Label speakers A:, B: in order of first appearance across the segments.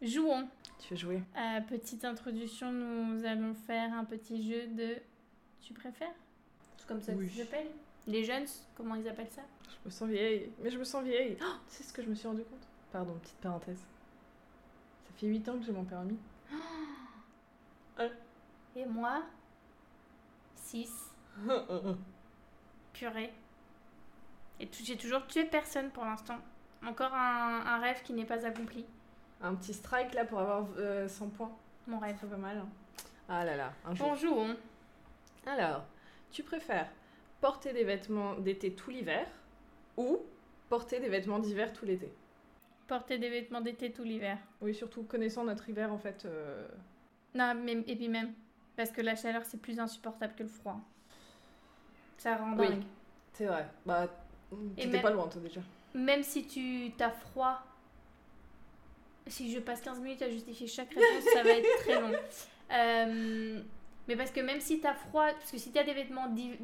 A: Jouons.
B: Tu veux jouer
A: Euh, petite introduction, nous allons faire un petit jeu de. Tu préfères C'est comme ça
B: Oui.
A: que ça s'appelle Les jeunes, comment ils appellent ça
B: Je me sens vieille. Mais je me sens vieille. Oh, tu sais ce que je me suis rendu compte Pardon, petite parenthèse. Ça fait 8 ans que j'ai mon permis.
A: Et moi 6. Purée. Et tout- j'ai toujours tué personne pour l'instant. Encore un, un rêve qui n'est pas accompli.
B: Un petit strike là pour avoir euh, 100 points.
A: Mon
B: Ça
A: rêve.
B: serait pas mal. hein. Ah là là, un jour.
A: Bon, jouons.
B: Alors, tu préfères porter des vêtements d'été tout l'hiver ou porter des vêtements d'hiver tout l'été
A: Porter des vêtements d'été tout l'hiver.
B: Oui, surtout connaissant notre hiver en fait. euh,
A: Non, mais, et puis même. Parce que la chaleur, c'est plus insupportable que le froid. Ça rend
B: Oui.
A: dingue.
B: C'est vrai. Bah, t'étais
A: même-
B: pas loin toi déjà.
A: Même si tu t'as froid, si je passe 15 minutes à justifier chaque réponse, ça va être très long. Euh, mais parce que même si t'as froid, parce que si t'as des vêtements d'hi-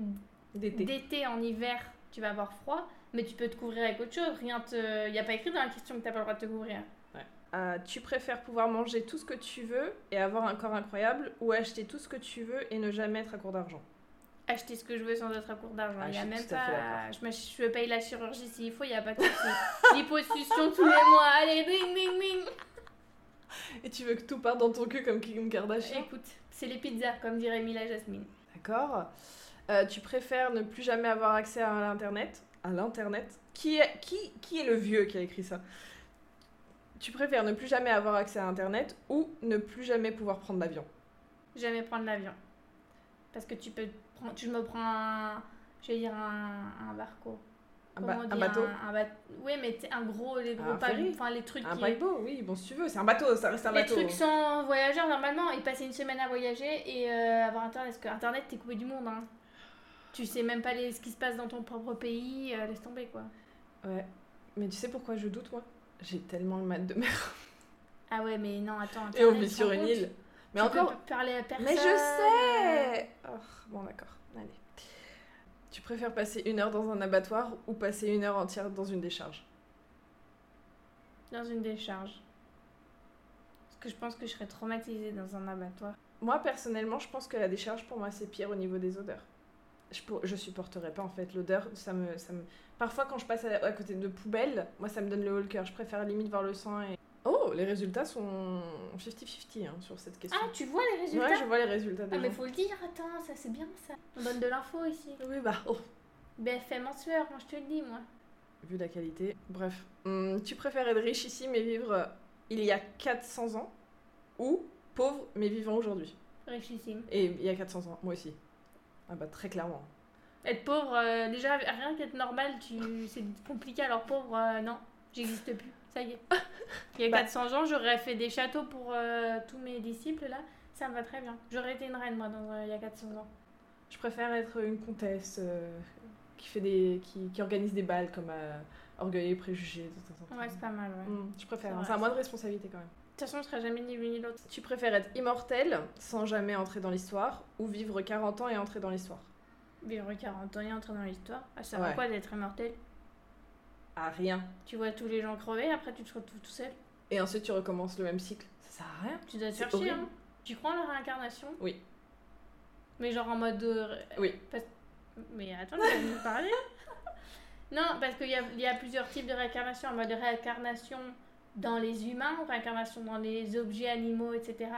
B: D'été.
A: d'été en hiver, tu vas avoir froid, mais tu peux te couvrir avec autre chose. Rien te, y a pas écrit dans la question que t'as pas le droit de te couvrir.
B: Euh, tu préfères pouvoir manger tout ce que tu veux et avoir un corps incroyable ou acheter tout ce que tu veux et ne jamais être à court d'argent
A: Acheter ce que je veux sans être à court d'argent.
B: Ah,
A: il y
B: je
A: a
B: suis
A: même
B: tout à fait
A: pas.
B: d'accord.
A: Je, me- je paye la chirurgie s'il faut, il y a pas de souci. Liposuction tous les mois. Allez, ding ding ding.
B: Et tu veux que tout parte dans ton cul comme Kim Kardashian
A: Écoute, c'est les pizzas, comme dirait Mila Jasmine.
B: D'accord. Euh, tu préfères ne plus jamais avoir accès à l'internet À l'internet qui est, qui, qui est le vieux qui a écrit ça Tu préfères ne plus jamais avoir accès à internet ou ne plus jamais pouvoir prendre l'avion
A: jamais prendre l'avion. Parce que tu peux prendre, tu me prends un, je vais dire un, un barco.
B: Un, ba-
A: Comment on
B: un
A: dit,
B: bateau
A: un bat- Oui, mais t- un gros, les gros
B: Un
A: paquebots,
B: ferry
A: enfin les trucs
B: Un
A: qui-
B: paquebot, oui, bon, si tu veux, c'est un bateau, ça reste un
A: les
B: bateau.
A: trucs sans voyageurs normalement et passer une semaine à voyager et euh, avoir internet parce que internet t'es coupé du monde hein. Tu sais même pas les- ce qui se passe dans ton propre pays, euh, laisse tomber quoi.
B: Ouais. Mais tu sais pourquoi je doute, moi J'ai tellement le mal de mer.
A: Ah ouais, mais non, attends.
B: Et Eh, on
A: Internet,
B: vit
A: tu
B: sur
A: te rends
B: une
A: compte
B: île. Mais
A: Tu
B: encore,
A: peux pas parler à personne.
B: Mais je
A: euh,
B: sais Oh, Bon, d'accord. Allez. Tu préfères passer une heure dans un abattoir ou passer une heure entière dans une décharge
A: Dans une décharge. Parce que je pense que je serais traumatisée dans un abattoir.
B: Moi, personnellement, je pense que la décharge, pour moi, c'est pire au niveau des odeurs. Je, pour- je supporterais pas, en fait, l'odeur. Ça me, ça me... Parfois, quand je passe à, à côté de poubelles, moi, ça me donne le haut le cœur. Je préfère limite voir le sang et... Oh, les résultats sont 50-50 hein, sur cette question.
A: Ah, tu vois les résultats
B: ouais, je vois les résultats des
A: Ah, mais
B: gens.
A: faut le dire, attends, ça c'est bien ça. On donne de l'info ici.
B: Oui, bah, oh.
A: BFM en sueur, moi je te le dis, moi.
B: vu la qualité. Bref, Hum, tu préfères être riche ici mais vivre euh, il y a 400 ans ou pauvre mais vivant aujourd'hui
A: Richissime.
B: Et il y a 400 ans, moi aussi. Ah bah très clairement.
A: Être pauvre, euh, déjà rien qu'être normal, tu... c'est compliqué, alors pauvre, euh, non, j'existe plus. Ça y est. Il y a
B: Bah.
A: 400 ans, j'aurais fait des châteaux pour euh, tous mes disciples là. Ça me va très bien. J'aurais été une reine, moi, dans, euh, il y a 400 ans.
B: Je préfère être une comtesse euh, qui fait des qui, qui organise des balles comme à Orgueil et Préjugés. tout ça, tout ça.
A: Ouais, c'est pas mal, ouais. De
B: Hum, je
A: C'est
B: préfère, hein.
A: vrai,
B: c'est à moi de responsabilité quand même.
A: toute façon, on sera jamais ni l'une ni l'autre.
B: Tu préfères être immortel sans jamais entrer dans l'histoire ou vivre 40 ans et entrer dans l'histoire
A: Vivre 40 ans et entrer dans l'histoire. Ah, ça va
B: Ouais.
A: quoi d'être immortel
B: Ah rien.
A: Tu vois tous les gens crever, après tu te retrouves tout seul.
B: Et ensuite tu recommences le même cycle. Ça sert à rien.
A: Tu dois te
B: C'est
A: faire chier,
B: horrible.
A: hein. Tu crois en la réincarnation
B: Oui.
A: Mais genre en mode. euh,
B: Oui.
A: parce- Mais attends, tu vas nous parler Non, parce qu'il y a, il y a plusieurs types de réincarnation. En mode réincarnation dans les humains, réincarnation dans les objets animaux, etc.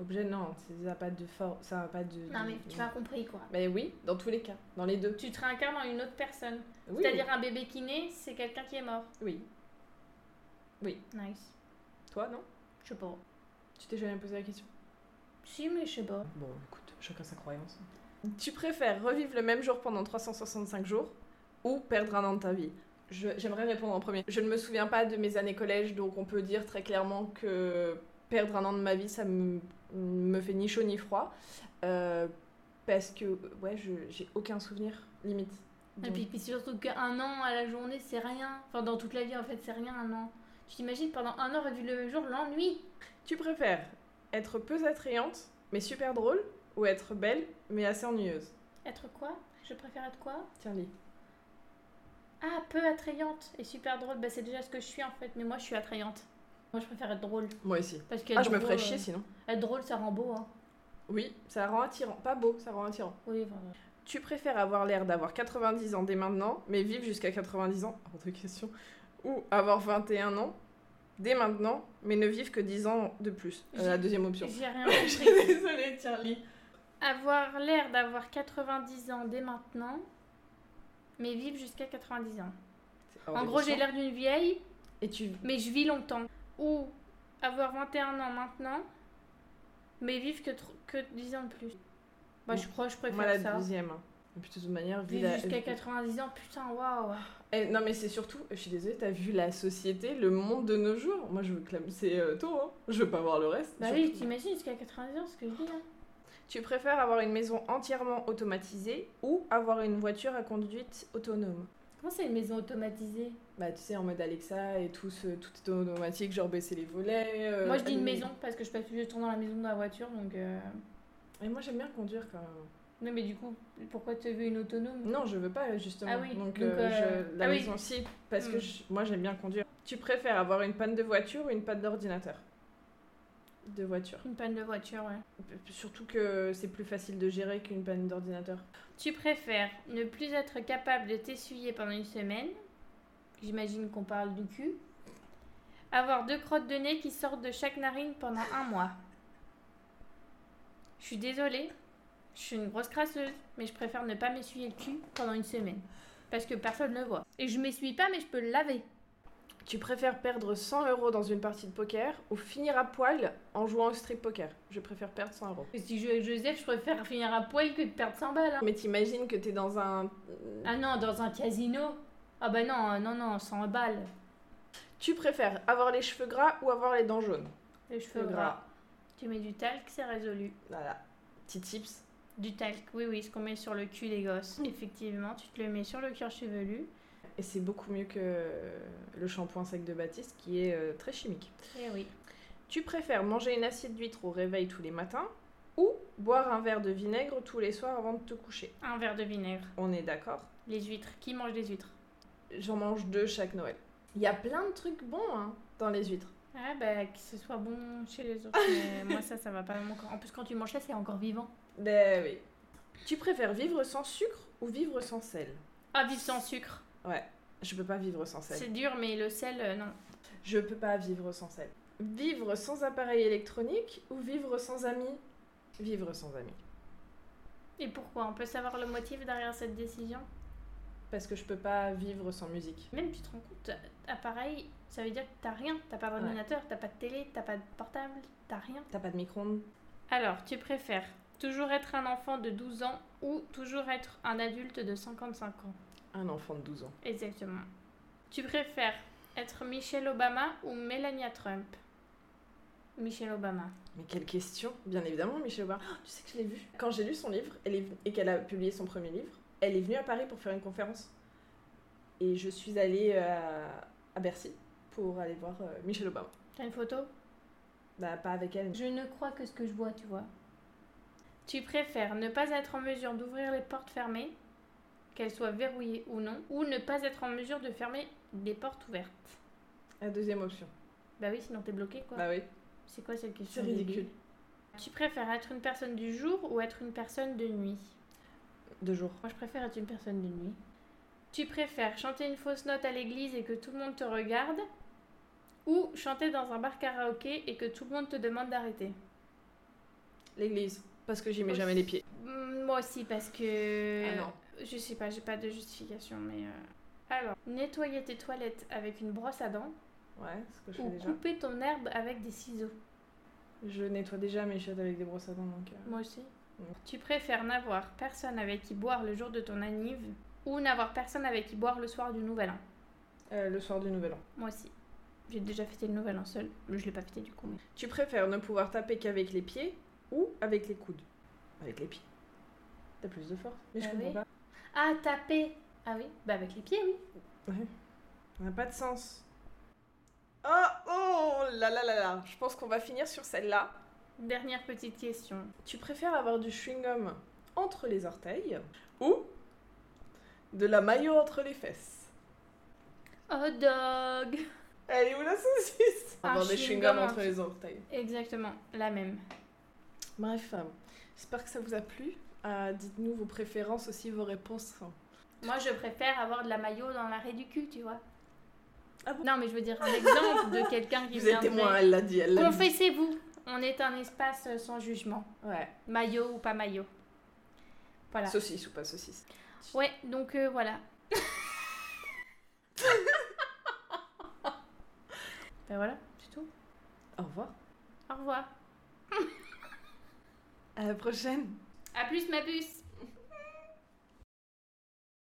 B: Objet, non, ça n'a pas de forme, ça n'a pas de.
A: Non, mais
B: de-
A: tu m'as compris quoi.
B: Mais oui, dans tous les cas, dans les deux.
A: Tu te réincarnes en une autre personne.
B: Oui.
A: C'est-à-dire un bébé qui naît, c'est quelqu'un qui est mort.
B: Oui.
A: Nice.
B: Toi, non
A: Je sais pas.
B: Tu t'es jamais posé la question
A: Si, mais je sais pas.
B: Bon, écoute, chacun sa croyance. Tu préfères revivre le même jour pendant 365 jours ou perdre un an de ta vie Je- J'aimerais répondre en premier. Je ne me souviens pas de mes années collège, donc on peut dire très clairement que perdre un an de ma vie, ça me, me fait ni chaud ni froid. Euh, parce que, ouais, je- j'ai aucun souvenir, limite.
A: Et
B: Donc-
A: puis, puis surtout qu'un an à la journée, c'est rien. Enfin, dans toute la vie, en fait, c'est rien un an. Tu t'imagines pendant un an, revivre le même jour, l'ennui.
B: Tu préfères être peu attrayante mais super drôle ou être belle mais assez ennuyeuse
A: Être quoi Je préfère être quoi
B: Tiens, lis.
A: Ah, peu attrayante et super drôle. Bah, c'est déjà ce que je suis en fait, mais moi je suis attrayante. Moi, je préfère être drôle.
B: Moi aussi.
A: Parce que
B: Ah, je me
A: drôle,
B: ferais
A: euh,
B: chier sinon.
A: Être drôle, ça rend beau. Hein.
B: Oui, ça rend attirant. Pas beau, ça rend attirant.
A: Oui, vraiment.
B: Tu préfères avoir l'air d'avoir 90 ans dès maintenant, mais vivre jusqu'à 90 ans Hors de question. Ou avoir 21 ans dès maintenant, mais ne vivre que 10 ans de plus Euh, La
A: J'ai-
B: deuxième option.
A: J'ai rien
B: Je suis
A: compris.
B: désolée, Charlie.
A: Avoir l'air d'avoir 90 ans dès maintenant, mais vivre jusqu'à 90 ans. en gros, j'ai l'air d'une vieille,
B: Et tu.
A: mais je vis longtemps. Ou avoir 21 ans maintenant, mais vivre que, tr- que 10 ans de plus. Bah, je crois que je préfère
B: Moi, la
A: ça.
B: deuxième. Et puis, de toute manière, vu
A: Vivre
B: la-
A: jusqu'à 90 ans, putain, waouh.
B: Eh, non, mais c'est surtout, je suis désolée, t'as vu la société, le monde de nos jours. Moi, je veux que la- c'est euh, tôt, hein. je veux pas voir le reste.
A: Bah
B: surtout.
A: oui, t'imagines jusqu'à 90 ans ce que je hein. dis là.
B: Tu préfères avoir une maison entièrement automatisée ou avoir une voiture à conduite autonome
A: Comment c'est une maison automatisée
B: Bah, tu sais, en mode Alexa et tout, ce- tout est automatique, genre baisser les volets. euh,
A: Moi je dis une
B: allumer-
A: maison parce que je passe plus de temps dans la maison que dans la voiture donc. euh,
B: Et moi, j'aime bien conduire quand même.
A: Non mais du coup, pourquoi tu veux une autonome
B: Non, je veux pas, justement.
A: Mm. Ah oui,
B: Donc,
A: donc,
B: euh,
A: euh,
B: je- la
A: ah oui.
B: maison, si, parce que
A: Hmm.
B: je- moi, j'aime bien conduire. Tu préfères avoir une panne de voiture ou une panne d'ordinateur De voiture.
A: Une panne de voiture, ouais.
B: Surtout que c'est plus facile de gérer qu'une panne d'ordinateur.
A: Tu préfères ne plus être capable de t'essuyer pendant une semaine, j'imagine qu'on parle du cul, avoir deux crottes de nez qui sortent de chaque narine pendant un mois. Je suis désolée, je suis une grosse crasseuse, mais je préfère ne pas m'essuyer le cul pendant une semaine. Parce que personne ne voit. Et je m'essuie pas, mais je peux le laver.
B: Tu préfères perdre 100 euros dans une partie de poker ou finir à poil en jouant au strip poker Je préfère perdre 100 euros.
A: Et si je joue avec Joseph, je préfère finir à poil que de perdre 100 balles. hein.
B: Mais t'imagines que t'es dans un.
A: Ah non, dans un casino Ah bah non, euh, non, non, 100 balles.
B: Tu préfères avoir les cheveux gras ou avoir les dents jaunes
A: Les cheveux
B: Cheveux
A: gras.
B: gras.
A: Tu mets du talc, c'est résolu.
B: Voilà. Petit tips.
A: Du talc, oui, oui, ce qu'on met sur le cul des gosses. Effectivement, tu te le mets sur le cuir chevelu.
B: Et c'est beaucoup mieux que le shampoing sec de Baptiste qui est euh, très chimique.
A: Et Eh oui.
B: Tu préfères manger une assiette d'huître au réveil tous les matins ou boire un verre de vinaigre tous les soirs avant de te coucher
A: Un verre de vinaigre.
B: On est d'accord
A: Les huîtres. Qui mange des huîtres
B: J'en mange deux chaque Noël. Il y a plein de trucs bons hein, dans les huîtres.
A: Ah bah, que ce soit bon chez les autres. mais moi, ça, ça va pas mon corps. En plus, quand tu manges ça, c'est encore vivant.
B: Ben oui. Tu préfères vivre sans sucre ou vivre sans sel
A: Ah, vivre sans sucre.
B: Je peux pas vivre sans sel.
A: C'est dur, mais le sel, euh, non.
B: Je peux pas vivre sans sel. Vivre sans appareil électronique ou vivre sans amis Vivre sans amis.
A: Et pourquoi On peut savoir le motif derrière cette décision
B: Parce que je peux pas vivre sans musique.
A: Même tu te rends compte, appareil, ça veut dire que t'as rien. T'as pas d'ordinateur, t'as pas de télé, t'as pas de portable, t'as rien.
B: T'as pas de micro-ondes
A: Alors, tu préfères toujours être un enfant de 12 ans ou toujours être un adulte de 55 ans
B: Un enfant de 12 ans.
A: Exactement. Tu préfères être Michelle Obama ou Melania Trump Michelle Obama.
B: Mais quelle question Bien évidemment, Michel Aubin. Oh, tu sais que je l'ai vu. Quand j'ai lu son livre elle est ven- et qu'elle a publié son premier livre, elle est venue à Paris pour faire une conférence. Et je suis allée à, à Bercy pour aller voir euh, Michel Obama.
A: T'as une photo
B: Bah, pas avec elle,
A: Je ne crois que ce que je vois, tu vois. Tu préfères ne pas être en mesure d'ouvrir les portes fermées, qu'elles soient verrouillées ou non, ou ne pas être en mesure de fermer des portes ouvertes
B: La deuxième option.
A: Bah oui, sinon t'es bloqué quoi.
B: Bah oui.
A: C'est quoi cette
B: C'est
A: question
B: ridicule.
A: Tu préfères être une personne du jour ou être une personne de nuit
B: Deux jours.
A: Moi, je préfère être une personne de nuit. Tu préfères chanter une fausse note à l'église et que tout le monde te regarde ou chanter dans un bar karaoké et que tout le monde te demande d'arrêter
B: L'église. Parce que j'y mets
A: Aussi.
B: jamais les pieds.
A: Hmm, Moi aussi, parce que.
B: Ah non.
A: Je sais pas, j'ai pas de justification, mais. euh, Alors, nettoyer tes toilettes avec une brosse à dents
B: Ouais, ce que je
A: ou
B: fais déjà.
A: couper ton herbe avec des ciseaux
B: Je nettoie déjà mes chiottes avec des brosses à dents donc. euh,
A: Moi aussi.
B: Ouais.
A: Tu préfères n'avoir personne avec qui boire le jour de ton anniv ou n'avoir personne avec qui boire le soir du nouvel an
B: euh, le soir du nouvel an.
A: Moi aussi. J'ai déjà fêté le nouvel an seul, mais je l'ai pas fêté du coup. mais-
B: Tu préfères ne pouvoir taper qu'avec les pieds ou avec les coudes Avec les pieds. T'as plus de force. Mais je
A: Bah
B: comprends
A: oui.
B: pas.
A: Ah, taper Ah oui Bah avec les pieds, oui.
B: Ça n'a pas de sens. Oh oh là là là là. Je pense qu'on va finir sur celle-là.
A: Dernière petite question.
B: Tu préfères avoir du chewing-gum entre les orteils ou de la maillot entre les fesses
A: Hot dog
B: Elle est où la saucisse
A: Un
B: Avoir des
A: chewing-gum
B: chewing-gums entre
A: entier.
B: les orteils.
A: Exactement, la même.
B: Bref, euh, j'espère que ça vous a plu. Euh, Dites-nous vos préférences aussi, vos réponses.
A: Moi, je préfère avoir de la maillot dans l'arrêt du cul, tu vois.
B: Ah bon
A: non, mais je veux dire un exemple de quelqu'un qui
B: Vous êtes témoin, elle l'a dit, elle l'a dit.
A: Confessez-vous, on est un espace euh, sans jugement.
B: Ouais,
A: Maillot ou pas maillot. Voilà.
B: saucisse ou pas saucisse.
A: Ouais, donc euh, voilà. ben voilà, c'est tout.
B: Au revoir.
A: Au revoir.
B: À la prochaine.
A: À plus, ma puce